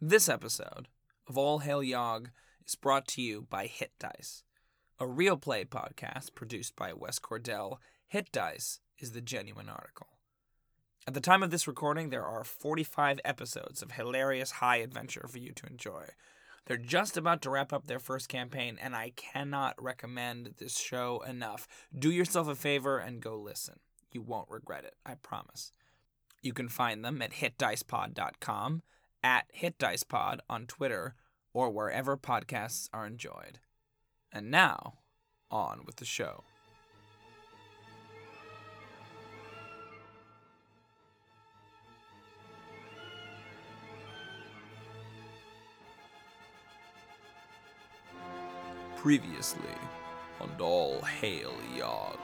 This episode of All Hail Yog is brought to you by Hit Dice, a real play podcast produced by Wes Cordell. Hit Dice is the genuine article. At the time of this recording, there are 45 episodes of hilarious high adventure for you to enjoy. They're just about to wrap up their first campaign, and I cannot recommend this show enough. Do yourself a favor and go listen. You won't regret it, I promise. You can find them at hitdicepod.com, at hitdicepod on Twitter, or wherever podcasts are enjoyed. And now, on with the show. Previously, and all hail Yog.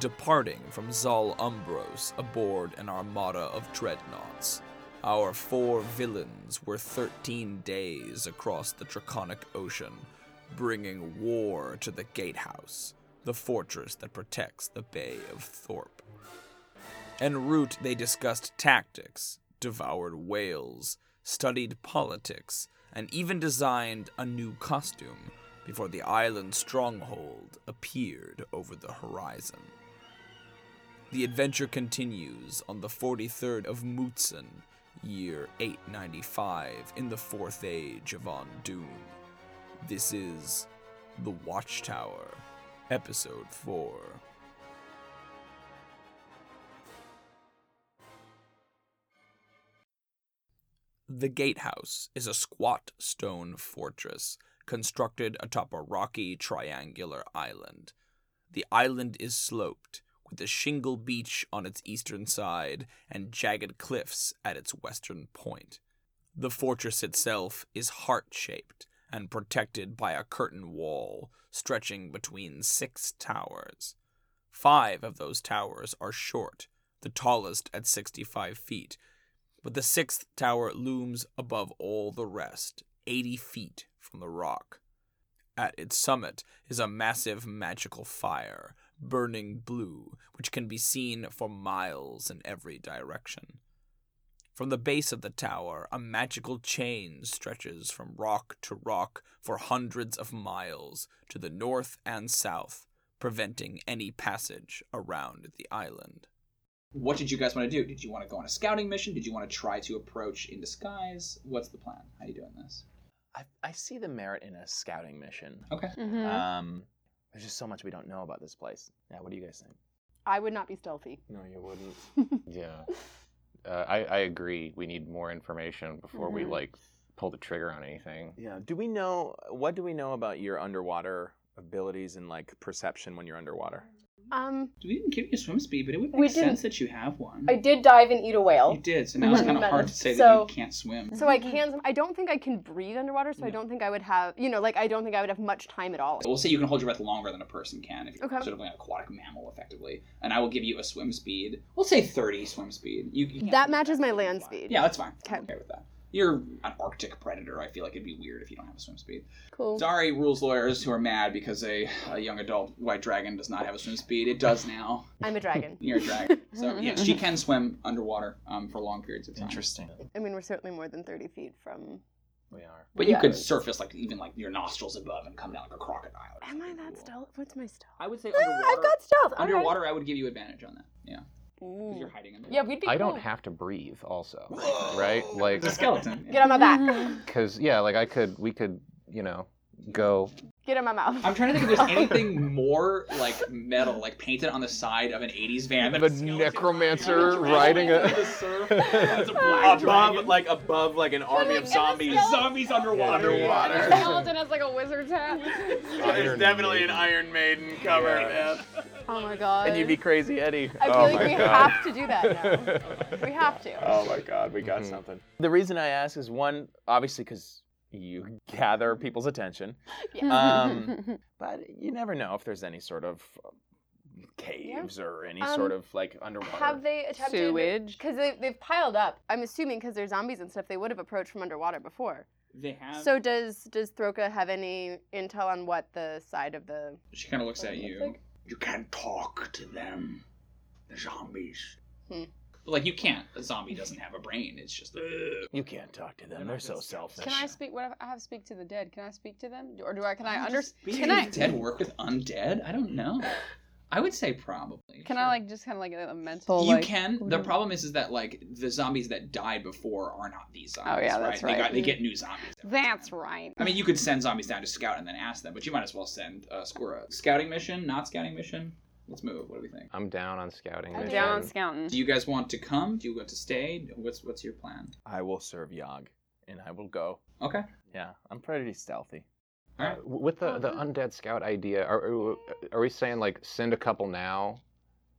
Departing from Zal Umbros aboard an armada of dreadnoughts, our four villains were 13 days across the Draconic Ocean, bringing war to the Gatehouse, the fortress that protects the Bay of Thorpe. En route, they discussed tactics, devoured whales, studied politics, and even designed a new costume before the island stronghold appeared over the horizon. The adventure continues on the 43rd of Mutsun, year 895, in the Fourth Age of On Doom. This is The Watchtower, Episode 4. The gatehouse is a squat stone fortress constructed atop a rocky triangular island. The island is sloped, with a shingle beach on its eastern side and jagged cliffs at its western point. The fortress itself is heart shaped and protected by a curtain wall stretching between six towers. Five of those towers are short, the tallest at 65 feet, but the sixth tower looms above all the rest, 80 feet from the rock. At its summit is a massive magical fire, burning blue, which can be seen for miles in every direction. From the base of the tower, a magical chain stretches from rock to rock for hundreds of miles to the north and south, preventing any passage around the island. what did you guys want to do? Did you want to go on a scouting mission? Did you want to try to approach in disguise? What's the plan? How are you doing this? I, I see the merit in a scouting mission. Okay. Mm-hmm. Mhm. Um, there's just so much we don't know about this place. Yeah, what do you guys think? I would not be stealthy. No, you wouldn't. Yeah, uh, I I agree. We need more information before we Mhm. like pull the trigger on anything. Yeah. Do we know what do we know about your underwater abilities and like perception when you're underwater? Um, We didn't give you a swim speed, but it would We make sense didn't. that you have one. I did dive and eat a You whale. did, so now it's Mhm. kind of hard to say So- that you can't swim. so I can. I don't think I can breathe underwater, so I Yeah. don't think I would have. You know, like I don't think I would have much time at all. We'll say you can hold your breath longer than a person can if you're Okay. sort of like an aquatic mammal, effectively. And I will give you a swim speed. We'll say 30 swim speed. You, you can't That swim matches my faster than land fly. speed. Yeah, that's fine. I'm Okay. okay with that. You're an Arctic predator. I feel like it'd be weird if you don't have a swim speed. Cool. Sorry, rules lawyers who are mad because a, a young adult white dragon does not have a swim speed. It does now. I'm a dragon. near a dragon. So yes, she can swim underwater um, for long periods of time. Interesting. I mean, we're certainly more than thirty feet from. We are. But you Yeah. could surface like even like your nostrils above and come down like a crocodile. or Am I something that cool. stealth? What's my stealth? I would say Ah, underwater. I've got stealth. all right. Mm. underwater, I would give you advantage on that. Yeah, because you're Ooh. hiding under. Yeah, we'd be. I cool. don't have to breathe, also, right? Like, It's a skeleton. yeah. Get on my back. because yeah, like I could, we could, you know, go. Get in my mouth. I'm trying to think if Oh. there's anything more like metal, like painted on the side of an '80s van. than The a skeleton necromancer riding riding a- a. through the surf. It's a black dragon. like above like an army of zombies. zombies underwater. Underwater. Skeleton has like a wizard's hat. There's definitely an Iron Maiden cover. oh my god. And you'd be crazy Eddie. I feel Oh like my we God. have to do that now. we have to. Oh my God, we Mm-hmm. got something. The reason I ask is one, obviously, because you gather people's attention, Um, but you never know if there's any sort of uh, caves or any Um, sort of like underwater. Have they attempted? Sewage. Because they, they've piled up. I'm assuming because they're zombies and stuff, they would have approached from underwater before. They have. So does does Throka have any intel on what the side of the? She kind of looks at Looks you. like- You can't talk to them. The zombies. Hmm. But like you can't. A zombie doesn't have a brain. It's just "Ugh." You can't talk to them. They're so selfish. Can I speak? What if I have speak to the dead? Can I speak to them, or do I? Can I understand? Speak Can of I? dead work with undead? I don't know. I would say probably. Can I sure. like just kind of like a mental? you like- can. The Mhm. problem is, is that like the zombies that died before are not these zombies. Oh, yeah, that's They, got, right. they get new zombies. every That's time. right. I mean, you could send zombies down to scout and then ask them, but you might as well send uh, score a scouting mission, not scouting mission. Let's move. What do we think? I'm down on scouting. I'm mission. down on scouting. Do you guys want to come? Do you want to stay? What's what's your plan? I will serve Yog, and I will go. Okay. Yeah, I'm pretty stealthy. All Uh, right. w- with the, the undead scout idea, are, are are we saying like send a couple now,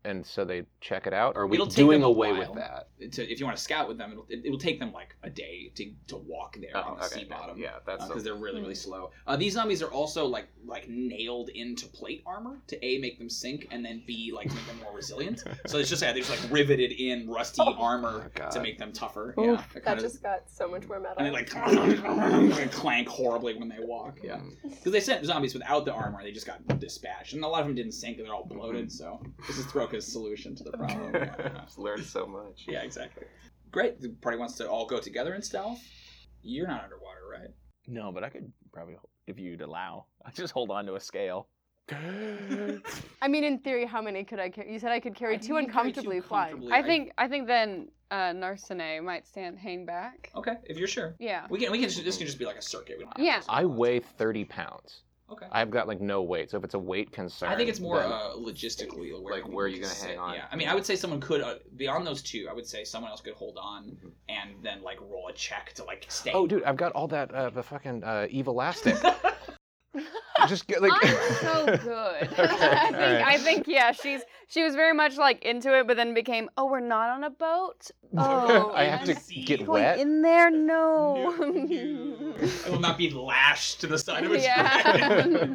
and so they check it out? Or are we It'll take doing them a away while. with that? To, if you want to scout with them, it'll, it, will take them like a day to, to walk there on the sea bottom. Oh, Yeah, that's because Uh, they're really really slow. Uh, these zombies are also like like nailed into plate armor to a make them sink and then b like make them more resilient. So it's just yeah, they're just like riveted in rusty armor God. to make them tougher. Oof, yeah, they're That kind of- just got so much more metal. and they like and clank horribly when they walk. Yeah, because they sent zombies without the armor, they just got dispatched, and a lot of them didn't sink. They're all bloated. So this is Throka's solution to the problem. Yeah. learned so much. yeah, exactly. Great. The party wants to all go together in stealth. You're not underwater, right? No, but I could probably, h- if you'd allow, I just hold on to a scale. I mean, in theory, how many could I carry? You said I could carry I two think you can carry two uncomfortably flying. comfortably. I think I think then uh, Narsene might stand hang back. Okay, if you're sure. Yeah. We can we can just, this can just be like a circuit. We don't have Yeah. To I weigh thirty pounds. Okay. I, I've got like no weight, so if it's a weight concern, think it's more then- uh, logistically where like, people where are you can gonna hang sit. on? Yeah. I mean, I would say someone could uh, beyond those two. I would say someone else could hold on and then like roll a check to like stay. Mm-hmm. oh, dude, I've got all that uh, the fucking uh, evil elastic. Just get like. I'm so good. Okay, I think alright. I think yeah. She's she was very much like into it, but then became oh we're not on a boat. Oh, I have to see. get going wet. in there. No. I will not be lashed to the side of a Yeah. train. I'm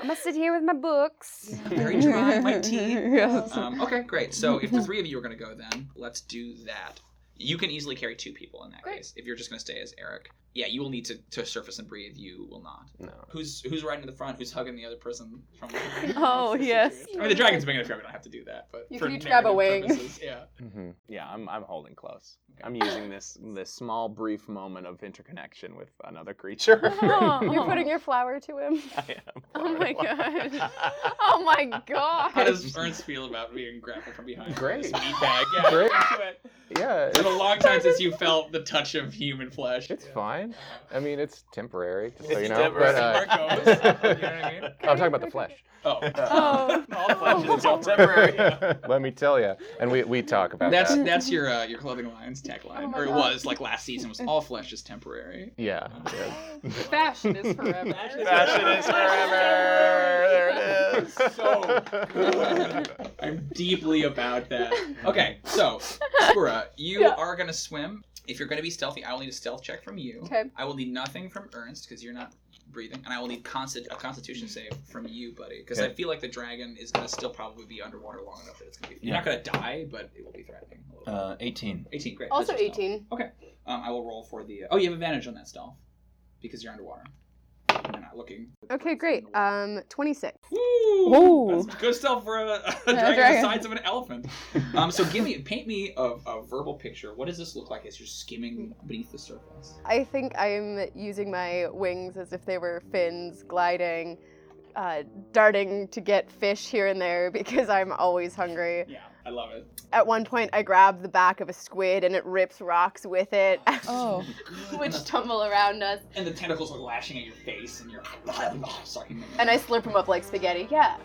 gonna sit here with my books. Very dry, my tea. Yes. Um, okay, great. So if the three of you are going to go, then let's do that. You can easily carry two people in that Great. case. If you're just going to stay as Eric, yeah, you will need to, to surface and breathe. You will not. No. Who's who's riding in the front? Who's hugging the other person from? Oh, yes. I mean, the dragon's big enough. We don't have to do that, but You for can each grab a narrative wing. purposes, Yeah. hmm Yeah, I'm, I'm holding close. I'm using this this small brief moment of interconnection with another creature. You're putting your flower to him. I am Oh my horrible. gosh. Oh my god. How does Ernst feel about being grappled from behind? Great. This meatbag. Yeah. Great. let's do it. Yeah, It's been a it's, long time since you felt the touch of human flesh. it's Yeah. fine. I mean, it's temporary, just so It's you know. temporary. But, uh, Marcos, you know what I mean? I'm talking about the flesh. Oh. Oh. All flesh is It's all temporary. temporary. Let me tell you. And we, we talk about That's that. that's your uh, your clothing lines tagline, Oh my or it God. was like last season was all flesh is temporary. Yeah. Fashion is forever. Fashion is forever. There it is. So good. I'm deeply about that. Okay, so Skura, you Yeah. are gonna swim. If you're gonna be stealthy, I will need a stealth check from you. Okay. I will need nothing from Ernst because you're not breathing, and I will need consti- a Constitution save from you, buddy, because I Okay. feel like the dragon is gonna still probably be underwater long enough that it's gonna be. You're not gonna die, but it will be threatening. A little bit. 18. 18, great. Also That's your stealth. 18. Um, I will roll for the. oh, you have advantage on that stealth because you're underwater. You're not looking. Okay, great. Um, 26. Woo! Woo. That's good stealth for a, a dragon dragon. the size of an elephant. Um, so give me, paint me a, a verbal picture. What does this look like as you're skimming beneath the surface? I think I'm using my wings as if they were fins, gliding, uh, darting to get fish here and there because I'm always hungry. Yeah, I love it. At one point, I grab the back of a squid and it rips rocks with it, Oh. which tumble around us. And the tentacles are lashing at your face, and you're sorry. And I slurp them up like spaghetti. Yeah.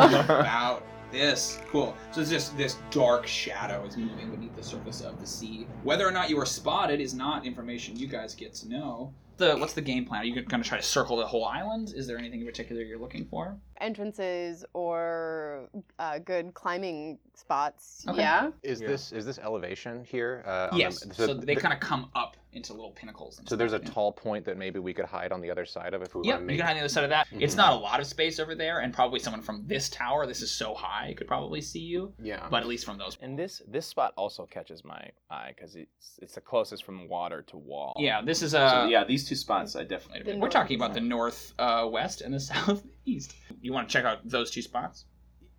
about this. Cool. So it's just this dark shadow is moving beneath the surface of the sea. Whether or not you are spotted is not information you guys get to know. The what's the game plan? Are you going to try to circle the whole island? Is there anything in particular you're looking for? Entrances or uh, good climbing spots. Okay. Yeah. Is Yeah. this is this elevation here? Uh, on the- so, they th- kind of come up into little pinnacles. and So there's a stuff, yeah. tall point that maybe we could hide on the other side of if we Yep, want you to make. can hide on the other side of that. It's Mhm. not a lot of space over there, and probably someone from this tower. This is so high, could probably see you. Yeah. But at least from those, And this this spot also catches my eye because it's it's the closest from water to wall. yeah, this is uh, So, a uh, yeah, these two spots I definitely. Wait a The minute. We're north talking and about the northwest uh, west and the southeast. You want to check out those two spots?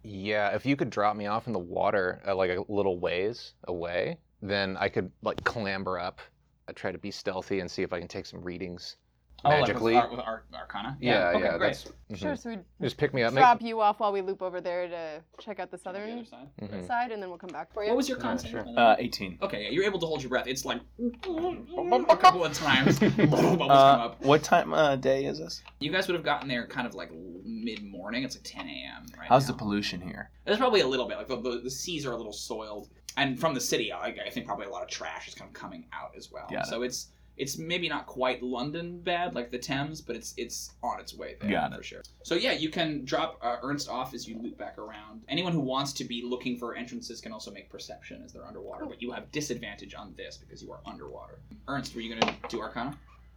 Yeah, if you could drop me off in the water uh, like a little ways away, then I could like clamber up. I try to be stealthy and see if I can take some readings Oh, like with magically. Ar- with Ar- Arcana? yeah, okay, yeah, great. that's mhm. Sure, so we just pick me up. Make, drop you off while we loop over there to check out the On the other southern side. Mhm. side, and then we'll come back for you. What was your Yeah, concept? sure. Uh, 18. okay, yeah, you're able to hold your breath. It's like a couple of times bubbles come Uh, up. what time uh, day is this? You guys would have gotten there kind of like mid morning. It's like 10 a.m. Right How's the now. pollution here? There's probably a little bit. Like the, the, the seas are a little soiled, and from the city, I, I think probably a lot of trash is kind of coming out as well. Got it. so it's it's maybe not quite London bad like the Thames, but it's it's on its way there Got for sure. So yeah, you can drop uh, Ernst off as you loop back around. Anyone who wants to be looking for entrances can also make perception as they're underwater, but you have disadvantage on this because you are underwater. Ernst, were you gonna do Arcana?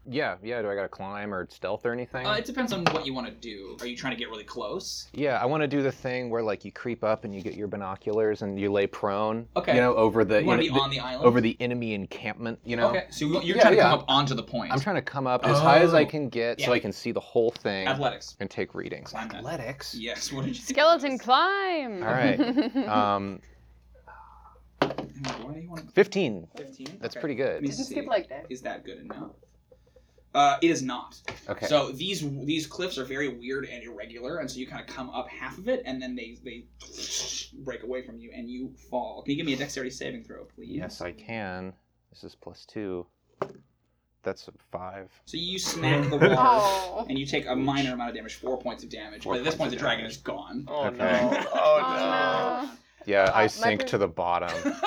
yeah, yeah. Do I gotta climb or stealth or anything? Uh, it depends on what you want to do. Are you trying to get really close? Yeah, I want to do the thing where like you creep up and you get your binoculars and you lay prone. Okay. You know, over the, You want to you be know, on the island? over the enemy encampment. You know. Okay, so you- you're Yeah, trying to yeah. come up onto the point. I'm trying to come up as high as I Oh. can get so Yeah. I can see the whole thing Athletics. and take readings. Climb that. Athletics. Yes. What did you Skeleton climb. All right. Um, Why do you want 15. 15? That's Okay. pretty Let good. me Didn't see. skip leg day. Is that good enough? Uh, it is not. Okay. So these these cliffs are very weird and irregular, and so you kind of come up half of it, and then they they break away from you, and you fall. Can you give me a dexterity saving throw, please? yes, I can. This is plus two. That's a five. So you smack the water, Oh. and you take a minor amount of damage, four points of damage. Four but at this point, points the of dragon damage. is gone. Oh Okay. no! Oh, no. Yeah, Uh, my I sink per- to the bottom.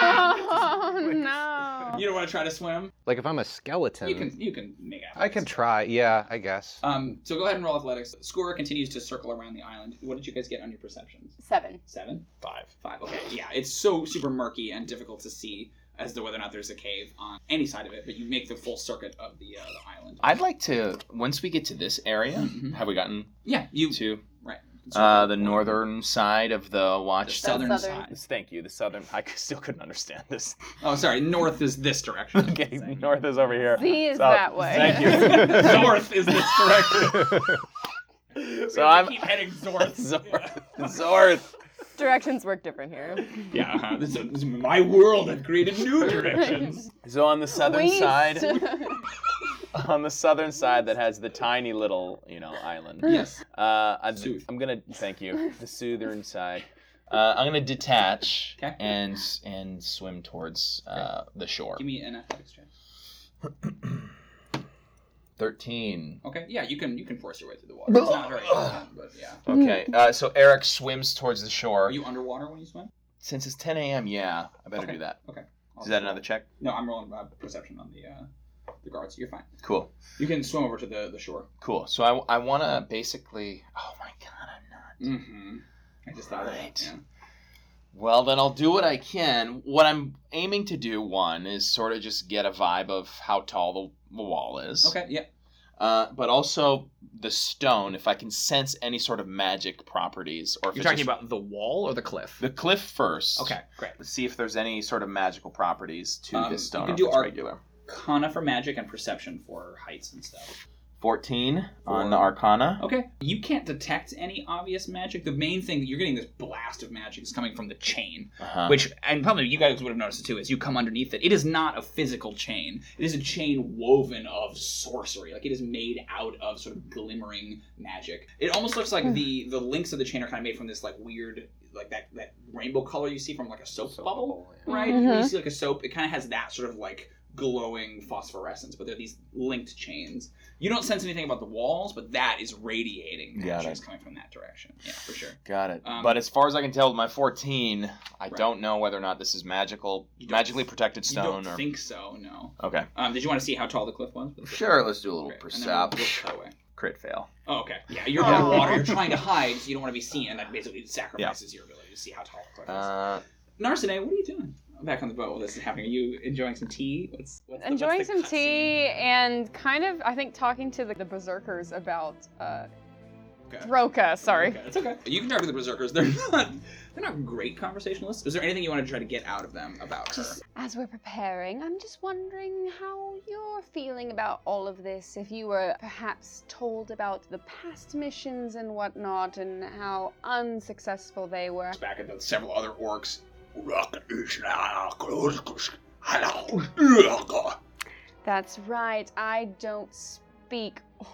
Oh no. You don't want to try to swim. like if I'm a skeleton, You can you can make out. I can try. Yeah, I guess. Um, so go ahead and roll athletics. Scorer continues to circle around the island. What did you guys get on your perceptions? Seven. Seven? Five. Five. Okay. Yeah, it's so super murky and difficult to see as to whether or not there's a cave on any side of it, but you make the full circuit of the, uh, the island. I'd like to. Once we get to this area, Mm-hmm. Mhm. have we gotten yeah, you. to Right. uh, the northern side of the The watch? southern, southern. side. Thank you. The southern. I still couldn't understand this. Oh, sorry. North is this direction. Okay, north is over here. Z is South- that way. Thank you. north is this direction. We So have I'm to keep heading north. Zorth. Zorth. Directions work different here. Yeah, uh-huh. this, is, this is my world. I've created new directions. So on the southern Waste. side, on the southern side that has the tiny little, you know, island. yes. Uh, I'm, Soothe. I'm gonna thank you. The southern side. Uh, I'm gonna detach Okay. and and swim towards uh, the shore. Give me an athletics check. Thirteen. Okay. Yeah, you can you can force your way through the water. It's not very often, but yeah. Hmm. Okay. Uh, so Eric swims towards the Are shore. you underwater when you swim? Since it's 10 a.m., yeah, I better Okay. do that. Is Also- that another check? No, I'm rolling uh, perception on the uh, the guards. You're fine. Cool. You can swim over to the, the shore. Cool. So I, I want to basically. Oh my god, I'm not. Mm-hmm. I just thought of that. Right. Yeah. Well, then I'll do what I can. What I'm aiming to do, one, is sort of just get a vibe of how tall the, the wall is. Okay. Yeah. Uh, but also the stone, if I can sense any sort of magic properties. Or if You're it's talking just- about the wall or the cliff? the cliff first. Okay. Great. Let's see if there's any sort of magical properties to Um, this you stone. can or if do it's arc- regular. Kana for magic and perception for heights and stuff. 14 Four. on the Arcana. Okay. You can't detect any obvious magic. The main thing that you're getting this blast of magic is coming from the chain. Uh-huh. which and probably you guys would have noticed it too as you come underneath it it is not a physical chain it is a chain woven of sorcery like it is made out of sort of glimmering magic it almost looks like the the links of the chain are kind of made from this like weird like that that rainbow color you see from like a soap, bubble, right When you see like a soap it kind of has that sort of like glowing phosphorescence but they're these linked chains you don't sense anything about the walls but that is radiating Got magic it. is coming from that direction yeah for sure Got it. Um, but as far as I can tell, with my 14, I Right. don't know whether or not this is magical, You don't- magically protected you stone don't or. think so no okay. Um, did you want to see how tall the cliff was? Sure, let's do a little Great, and then we'll- percept. we'll cut away. Crit fail. Oh, okay. Yeah, you're Yeah. in the water. You're trying to hide, so you don't want to be seen, and that basically sacrifices your ability to see how tall the cliff is. Uh, Narcine, what are you doing back on the boat while this is happening? Are you enjoying some tea? What's, what's the- Enjoying what's the some cut tea scene? and kind of, I think, talking to the, the berserkers about uh, Okay. Roka. Sorry. Okay, it's okay. You can talk to the berserkers. They're not. They're not great conversationalists. Is there anything you want to try to get out of them about her? Just as we're preparing, I'm just wondering how you're feeling about all of this? If you were perhaps told about the past missions and whatnot and how unsuccessful they were? Back at the several other orcs. That's right, I don't speak orc.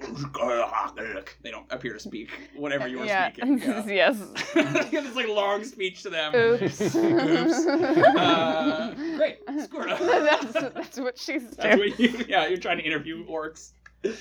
They don't appear to speak whatever you were yeah. speaking. Yeah. yes. it's like long speech to them. Oops. Oops. Uh, great. Squirtle. that's, that's what she's doing. That's what you, yeah, you're trying to interview orcs.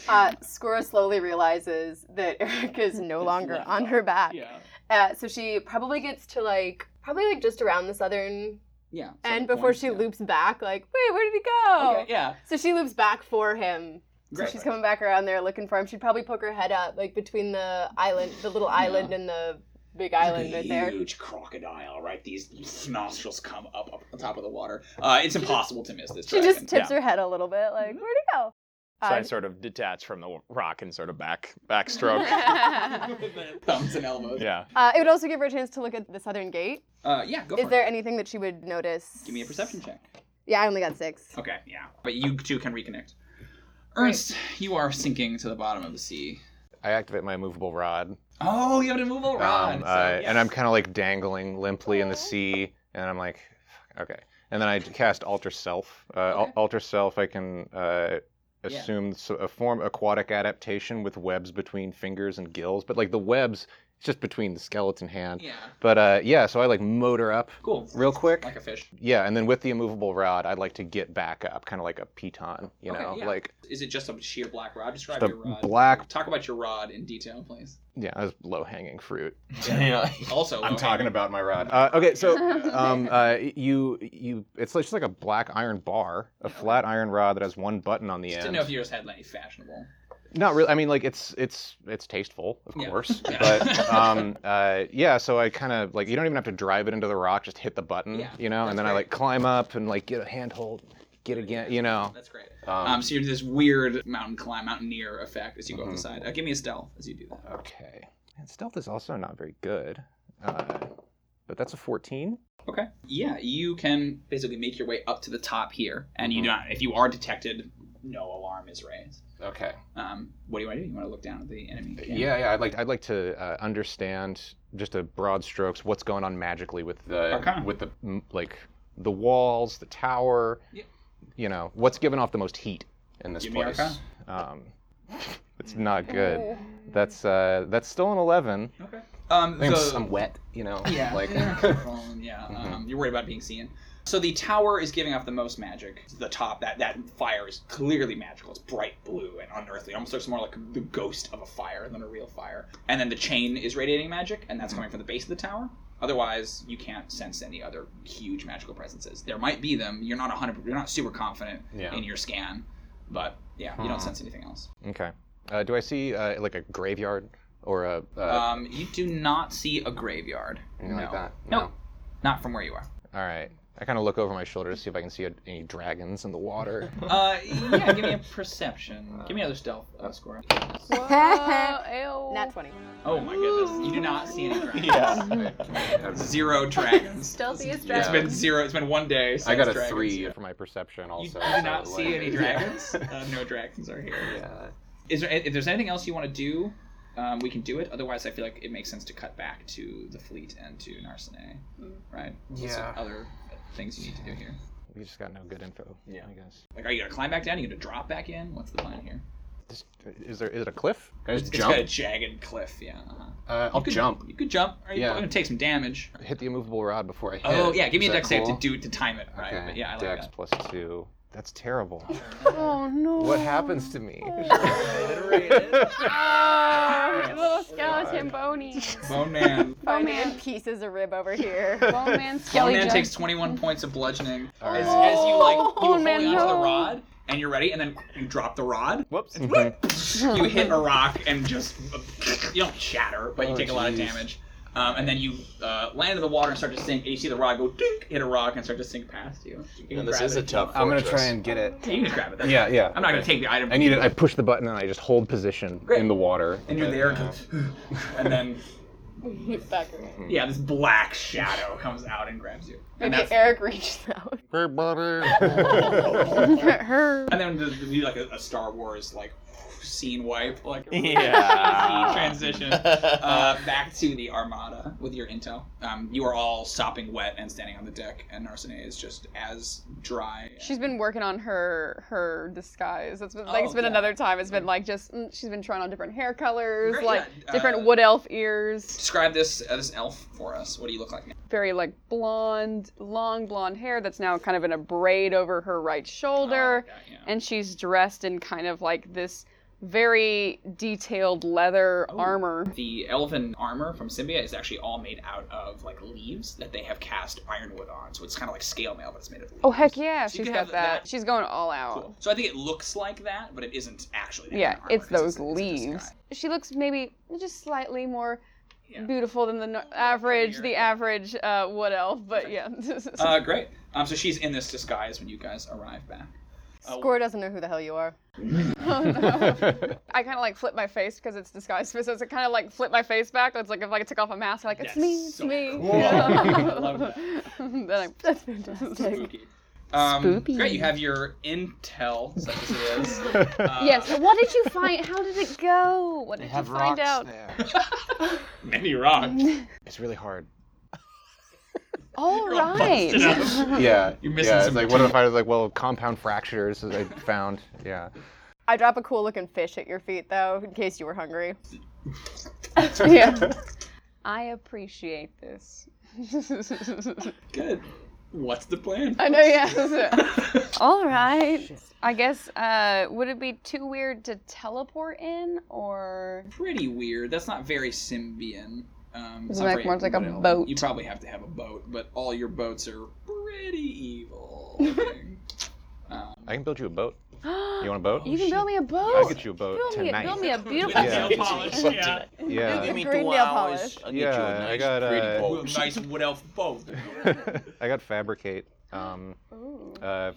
Uh, Skora slowly realizes that Erica is no longer left on off. her back. Yeah. Uh, so she probably gets to like probably like just around the southern Yeah. so end before points, she yeah. loops back. Like, wait, where did he go? Okay, yeah. So she loops back for him. So Great. she's coming back around there looking for him. She'd probably poke her head up like between the island, the little island, and the big island right there. Huge crocodile, right? These nostrils come up up on top of the water. Uh, it's impossible to miss this. She dragon. just tips her head a little bit, Mm-hmm. like, where'd he go? So I Uh, sort of detach from the rock and sort of back backstroke. With the thumbs and elbows. yeah. uh, it would also give her a chance to look at the southern gate. Uh, yeah. Go for Is it. there anything that she would notice? Give me a perception check. Yeah, I only got six. Okay. Yeah. But you two can reconnect. Ernst, you are sinking to the bottom of the sea. I activate my movable rod. Oh, you have an immovable rod. Um, so, I- yeah. And I'm kind of like dangling limply in the sea, and I'm like, "Fuck, okay. And then I cast Alter Self. Uh, al- Okay. Alter Self, I can uh, Yeah. assume so- a form aquatic adaptation with webs between fingers and gills, but like the webs, it's just between the skeleton hand. Yeah. But uh, yeah, so I like motor up Cool. real quick. Like a fish. yeah, and then with the immovable rod, I'd like to get back up, kind of like a piton, you Okay, know, yeah. like Is it just a sheer black rod? Describe the your rod. black. Talk about your rod in detail, please. Yeah, that was low hanging fruit. Also, I'm Lohan, talking about my rod. Uh, okay, so um, uh, you you it's like- just like a black iron bar, a flat iron rod that has one button on the Just end. didn't know if yours had any fashionable. Not really. I mean, like it's it's it's tasteful, of Yeah. course. Yeah. But um, uh, yeah, so I kind of like you don't even have to drive it into the rock; just hit the button, Yeah, you know. that's And then I great. like climb up and like get a handhold, get again, you know. That's great. Um, Um, so you're this weird mountain climb, mountaineer effect as you go up Mhm. the side. Uh, give me a stealth as you do that. okay. And stealth is also not very good, uh, but that's a fourteen. Okay. Yeah, you can basically make your way up to the top here, and Mm-hmm. you do not. If you are detected, no alarm is raised. Okay. Um, what do you want to do? You want to look down at the enemy? Yeah, yeah. I'd like I'd like to uh, understand just a broad strokes what's going on magically with the Okay. with the mm, like the walls, the tower. Yep. You know what's giving off the most heat in this Give me place. Arcana. Um, it's not good. That's uh that's still an eleven. Okay. Um, I'm, the- I'm wet. You know. Yeah. Like. Mm-hmm. yeah. yeah, Um, you're worried about being seen. So the tower is giving off the most magic. The top, that that fire is clearly magical. It's bright blue and unearthly. Almost looks more like the ghost of a fire than a real fire. And then the chain is radiating magic, and Mm-hmm. that's coming from the base of the tower. Otherwise, you can't sense any other huge magical presences. There might be them. You're not 100. You're not super confident Yeah. Hmm. in your scan, but yeah, you don't sense anything else. okay. Uh, do I see uh, like a graveyard or a uh, Um, you do not see a graveyard. anything no. like that? No. Not from where you are. All right. I kind of look over my shoulder to see if I can see a, any dragons in the water. Uh, yeah, give me a perception. Give me another stealth uh, score. Whoa, ew. Nat 20. Oh my goodness, you do not see any dragons. Zero dragons. Stealthiest Yeah. It's dragon. been zero. It's been one day. Since I got a dragons. three You, for my perception you also. do not so, see like- any dragons. Uh, no dragons are here. Yeah. Is there? If there's anything else you want to do, um, we can do it. Otherwise, I feel like it makes sense to cut back to the fleet and to Narsene, right? What's the Yeah. Other things you need to do here. We just got no good info. Yeah. I guess. Like, are you gonna climb back down? Are you gonna drop back in? What's the plan here? This, is there? Is it a cliff? Can I just It's got a jagged cliff. Yeah. Uh-huh. Uh, I'll You could- jump. You could jump. Are you Yeah. gonna take some damage? Hit the immovable rod before I hit. Oh yeah, give me Is a that dex save to cool? do to time it right. Okay. But yeah, I like dex that. plus two. That's terrible. Oh no. what happens to me? Ah, Oh, little skeleton bony. Bone Man. Finding man. in pieces of rib over here. Bone man Bone skelly Man jump. takes 21 points of bludgeoning All as, right. as you like you Oh, hold man, onto the no. rod and you're ready, and then you drop the rod. Whoops. You hit a rock and just you don't shatter, but you Oh, take a lot of damage. Um, and then you uh, land in the water and start to sink, and you see the rod go dink, hit a rock and start to sink past you. You can And this grab is it a if you tough want. I'm gonna try fortress. and get it. Yeah, you can grab it. That's Yeah, fine. yeah. I'm not gonna take the item. I need it. I push the button and I just hold position Great. in the water. and you're there, and then Back away. yeah, this black shadow comes out and grabs you. And, Maybe that's, Eric reaches out. Hey, buddy. Her. and then there'd be like a, a Star Wars like scene wipe, like a really Yeah. easy transition uh, back to the Armada with your intel. Um, you are all sopping wet and standing on the deck, and Narcene is just as dry. She's been working on her her disguise. It's been like it's Oh, been yeah. another time. It's been like just mm, she's been trying on different hair colors, Great, like yeah, different uh, wood elf ears. Describe this uh, this elf for us. What do you look like now? Very like blonde, long blonde hair that's now kind of in a braid over her right shoulder. Oh, yeah, yeah. and she's dressed in kind of like this very detailed leather Oh. armor. The elven armor from Symbia is actually all made out of like leaves that they have cast ironwood on, so it's kind of like scale mail, but it's made of. Leaves. Oh heck yeah, So you she's could got have that. that. She's going all out. Cool. So I think it looks like that, but it isn't actually. that Yeah, armor. it's a- those a leaves. disguise. She looks maybe just slightly more Yeah. beautiful than the no- average, prettier, the yeah. average uh, wood elf. But yeah, Uh, great. Um, so she's in this disguise when you guys arrive back. Oh. Score doesn't know who the hell you are. Oh, Uh, no. I kind of like flip my face because it's disguised, so it's kind of like flip my face back. It's like if I took off a mask, like it's That's me, it's so me. cool. I love that. then I That's fantastic. Spooky. Um, Spoopy. Great, you have your intel, such as it is. Uh, yes. What did you find? How did it go? What They did you have find rocks out? there. Many rocks. It's really hard. All You're all busted right. up. Yeah. You're missing yeah, some It's like what if I was like, well, compound fractures I found. Yeah. I drop a cool looking fish at your feet though, in case you were hungry. yeah. I appreciate this. Good. What's the plan? I know. Yeah. All right. I guess. Uh, would it be too weird to teleport in, or Pretty weird. That's not very Symbian. Um, It's not like very more of like a everybody- boat. You probably have to have a boat, but all your boats are pretty evil. looking. um, I can build you a boat. You you want a boat? can build me a I'll boat? get you a boat Build me, a, tonight. build me a beautiful. Yeah. Nail polish, yeah. yeah. Give me Green two nail hours, polish. I'll Yeah, I got, uh, ooh, nice wood elf boat. I got fabricate. Um, Ooh. uh,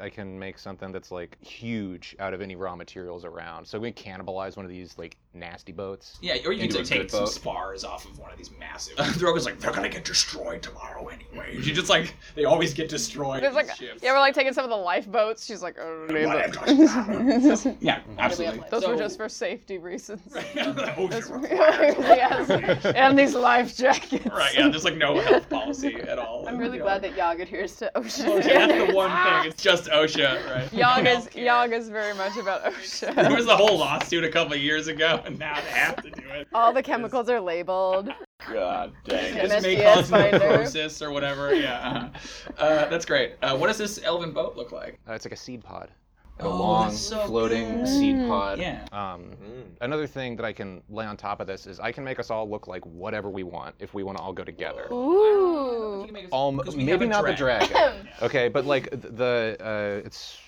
I can make something that's like huge out of any raw materials around. So we can cannibalize one of these like nasty boats. Yeah, or you Into can a take good some boat. spars off of one of these massive. Throgo's like, they're gonna get destroyed tomorrow anyway. You just like, they always get destroyed. There's in like, ships. yeah, we're like taking some of the lifeboats. She's like, oh, no, What am no, I talking no. about? yeah, absolutely. Those were So- just for safety reasons. Oh, Those sure. were- yes. And these life jackets. Right, yeah, there's like no health policy at all. I'm really glad that Yag adheres to ocean. Okay, that's the one thing. It's just OSHA, right? Yaga's Healthcare. Yaga's very much about There OSHA. was the whole lawsuit a couple years ago, and now they have to do it. All the chemicals are labeled. God dang. An This may MSDS cause binder. necrosis or whatever. Yeah. uh-huh. Uh, that's great. Uh, what does this elven boat look like? Uh, it's like a seed pod. A Oh, long that's so floating good. seed Mm. pod. Yeah. Um, Mm. another thing that I can lay on top of this is I can make us all look like whatever we want if we want to all go together. Ooh. Um, Because we have maybe a not the drag. dragon. okay, but like th- the uh, it's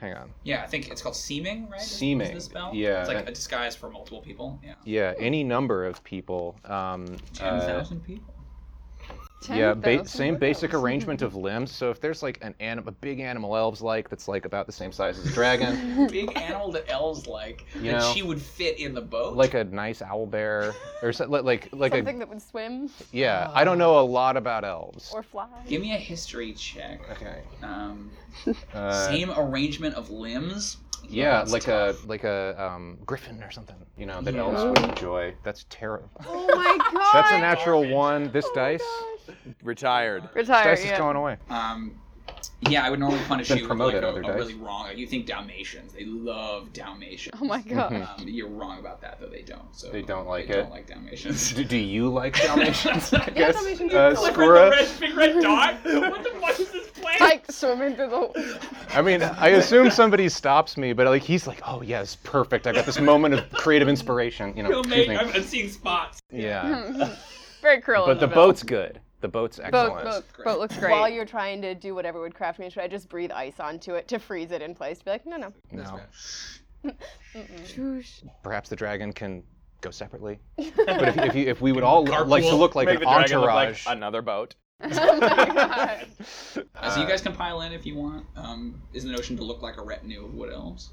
hang on. Yeah, I think it's called seeming, right? Is- is Seeming, the spell? yeah. It's like a disguise for multiple people. Yeah. Yeah, any number of people. Um, Ten uh, thousand people. yeah, 10,000 ba- same wood basic elves. arrangement of limbs. So if there's like an anim- a big animal elves like that's like about the same size as a dragon, Big animal that elves like You that know, she would fit in the boat. like a nice owl bear, or so, li- like like Something a that would swim yeah. I don't know a lot about elves. or fly. Give me a history check. Okay. Um, Uh, same arrangement of limbs. yeah, That's like tough. a like a um, griffin or something. You know that Yeah. elves would enjoy. That's terrible. Oh my god. That's a natural one. Oh This dice, Retired. Retire. dice yeah. is going away. Um, yeah, I would normally punish Been you with like promoted a, other a dice. really wrong. Like, you think Dalmatians? They love Dalmatians. Oh my Mm-hmm. god. Um, you're wrong about that, though. They don't. So They don't like they it. Don't like Dalmatians. Do, do you like Dalmatians? I guess. Dalmatians Uh, are cool. Skura? big red dot. What the fuck is this plan? Like swimming through the. I mean, I assume somebody stops me, but like he's like, "Oh yes, perfect. I got this moment of creative inspiration." You know, excuse me. seeing spots. Yeah. Very curly. But the boat's good. The boat's Boat, excellent. boat, boat looks great. While you're trying to do whatever would craft me, should I just breathe ice onto it to freeze it in place? Be like, no, no. No. Shoosh. Perhaps the dragon can go separately. But if, if, you, if we would all like to look like Make an the dragon look entourage, like another boat. oh my god. Uh, Uh, so you guys can pile in if you want. Um, is the notion to look like a retinue of wood elves?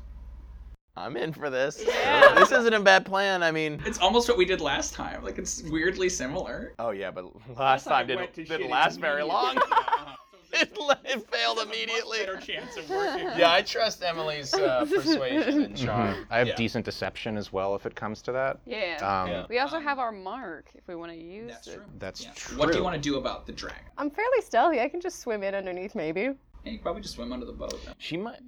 I'm in for this. Yeah. This isn't a bad plan. I mean, It's almost what we did last time. Like it's weirdly similar. oh yeah, but last time didn't, didn't last very long. it, le- it failed immediately. Better chance of working. Yeah, I trust Emily's uh, persuasion and Mm-hmm. charm. Mm-hmm. I have Yeah. decent deception as well if it comes to that. Yeah. Um, Yeah. we also have our mark if we want to use That's it. true. That's Yeah. true. What do you want to do about the dragon? I'm fairly stealthy. I can just swim in underneath, maybe. Yeah, you could probably just swim under the boat. Then. She might.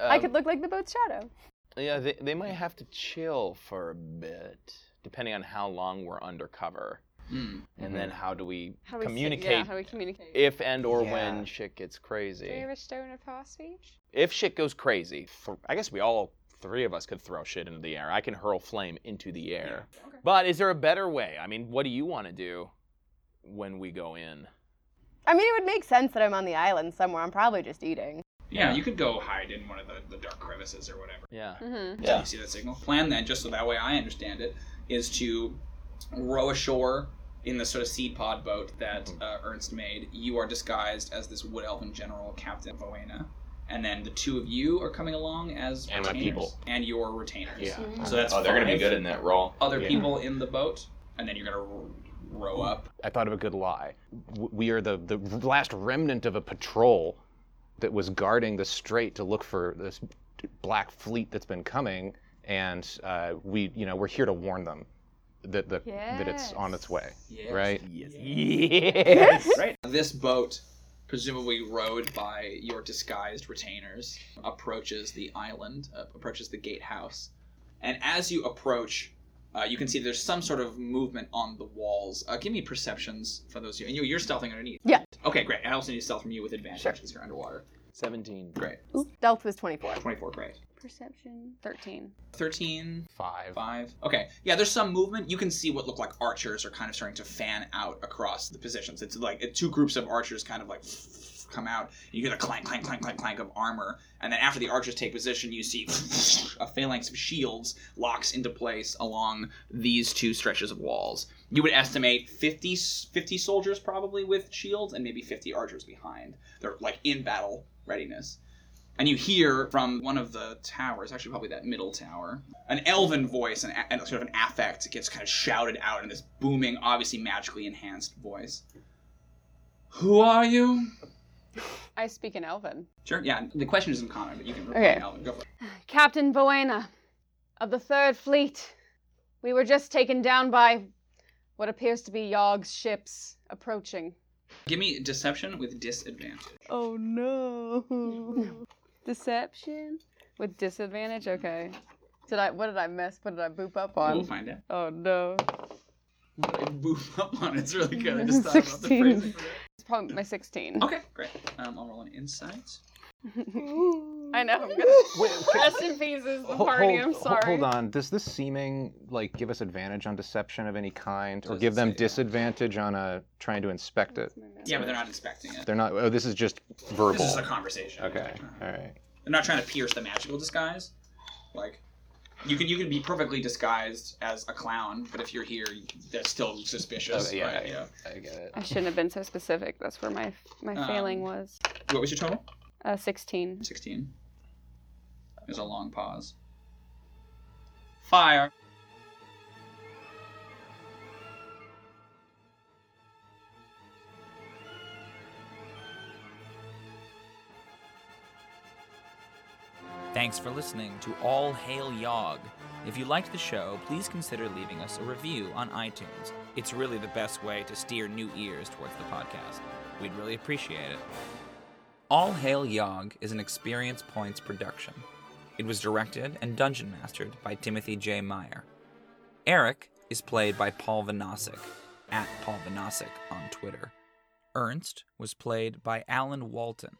Uh, I could look like the boat's shadow. Yeah, they, they might have to chill for a bit, depending on how long we're undercover, Hmm. and then Mm-hmm. how do we How do we say- yeah, communicate how do we communicate? if and or Yeah. when shit gets do we crazy. have a stone of power speech? If shit goes crazy, th- I guess we all three of us could throw shit into the air. I can hurl flame into the air. But is there a better way? I mean, what do you want to do when we go in? I mean, it would make sense that I'm on the island somewhere. I'm probably just eating. Yeah, you could go hide in one of the, the dark crevices or whatever. Yeah. Mm-hmm. Yeah. You see that signal? Plan then, just so that way I understand it, is to row ashore in the sort of seed pod boat that uh, Ernst made. You are disguised as this wood elven general, Captain Voena. And then the two of you are coming along as And my retainers. people. And your retainers. Yeah. So that's Oh, they're going to be five good in that role. Other Yeah. people in the boat, and then you're going to row up. I thought of a good lie. W- We are the, the last remnant of a patrol that was guarding the strait to look for this black fleet that's been coming, and uh, we, you know, we're here to warn them that the, that it's on its way, Yes. right? Yes. Right. This boat, presumably rowed by your disguised retainers, approaches the island, uh, approaches the gatehouse. And as you approach, uh, you can see there's some sort of movement on the walls. Uh, give me perceptions for those of you. And you, you're stealthing underneath. Yeah. Okay, great. I also need stealth from you with advantage because you're underwater. 17. Great. Stealth was 24. 24, great. Perception. Thirteen. 13, Five. Five. Okay. Yeah, there's some movement. You can see what look like archers are kind of starting to fan out across the positions. It's like it- two groups of archers kind of like come out. You hear the clank, clank, clank, clank, clank of armor, and then after the archers take position, you see a phalanx of shields locks into place along these two stretches of walls. You would estimate 50, 50 soldiers probably with shields, and maybe 50 archers behind. They're like in battle readiness. And you hear from one of the towers, actually probably that middle tower, an elven voice and, a- and sort of an affect gets kind of shouted out in this booming, obviously magically enhanced voice. Who are you? I speak in Elven. Sure. Yeah. The question isn't common, but you can reply Okay. in Elven. Go for it. Captain Boena of the Third Fleet. We were just taken down by what appears to be Yog's ships approaching. Give me deception with disadvantage. Oh no. Deception with disadvantage. Okay. Did I? What did I mess? What did I boop up Um, We'll on? find out. Oh no. I boop up on it. It's really good. I just thought about the 16. phrasing for that. It's probably my sixteen. Okay, great. Um, I'll roll an insight. I know. I'm gonna Wait, okay. rest in peace is the Ho- party. hold, I'm ho- sorry. Hold on. Does this seeming like give us advantage on deception of any kind, or Doesn't give them say, yeah. disadvantage on a trying to inspect it? Yeah, but they're not inspecting it. They're not. Oh, this is just verbal. This is a conversation. okay. All right. They're not trying to pierce the magical disguise. Like, you can you can be perfectly disguised as a clown, but if you're here, they're still suspicious. Okay, Oh, yeah, right? yeah. yeah. I get it. I shouldn't have been so specific. That's where my my Um, failing was. What was your total? Uh, sixteen. Sixteen. There's a long pause. Fire. Thanks for listening to All Hail Yog. If you liked the show, please consider leaving us a review on iTunes. It's really the best way to steer new ears towards the podcast. We'd really appreciate it. All Hail Yog is an Experience Points production. It was directed and dungeon mastered by Timothy J. Meyer. Eric is played by Paul Vanasek, at Paul Vanasek on Twitter. Ernst was played by Alan Walton,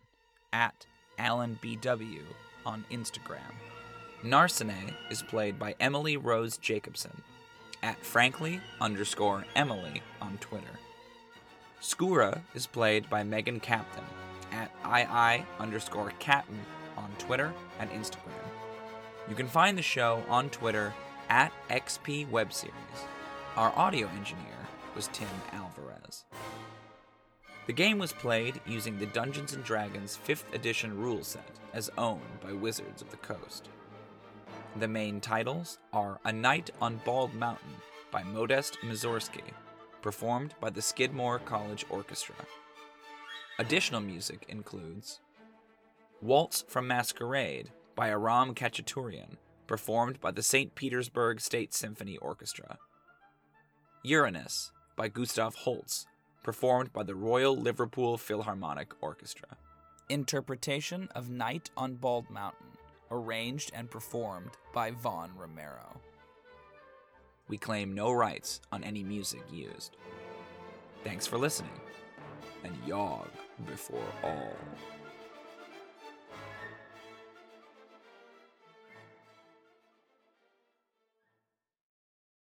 at Alan BW on Instagram. Narcine is played by Emily Rose Jacobson, at frankly underscore Emily on Twitter. Skura is played by Megan Captain, at II underscore Captain on Twitter and Instagram. You can find the show on Twitter at XP Web Series. Our audio engineer was Tim Alvarez. The game was played using the Dungeons and Dragons 5th edition rule set as owned by Wizards of the Coast. The main titles are A Night on Bald Mountain by Modest Mussorgsky, performed by the Skidmore College Orchestra. Additional music includes Waltz from Masquerade by Aram Khachaturian, performed by the St. Petersburg State Symphony Orchestra. Uranus by Gustav Holst, performed by the Royal Liverpool Philharmonic Orchestra. Interpretation of Night on Bald Mountain, arranged and performed by Vaughn Romero. We claim no rights on any music used. Thanks for listening, and yog before all.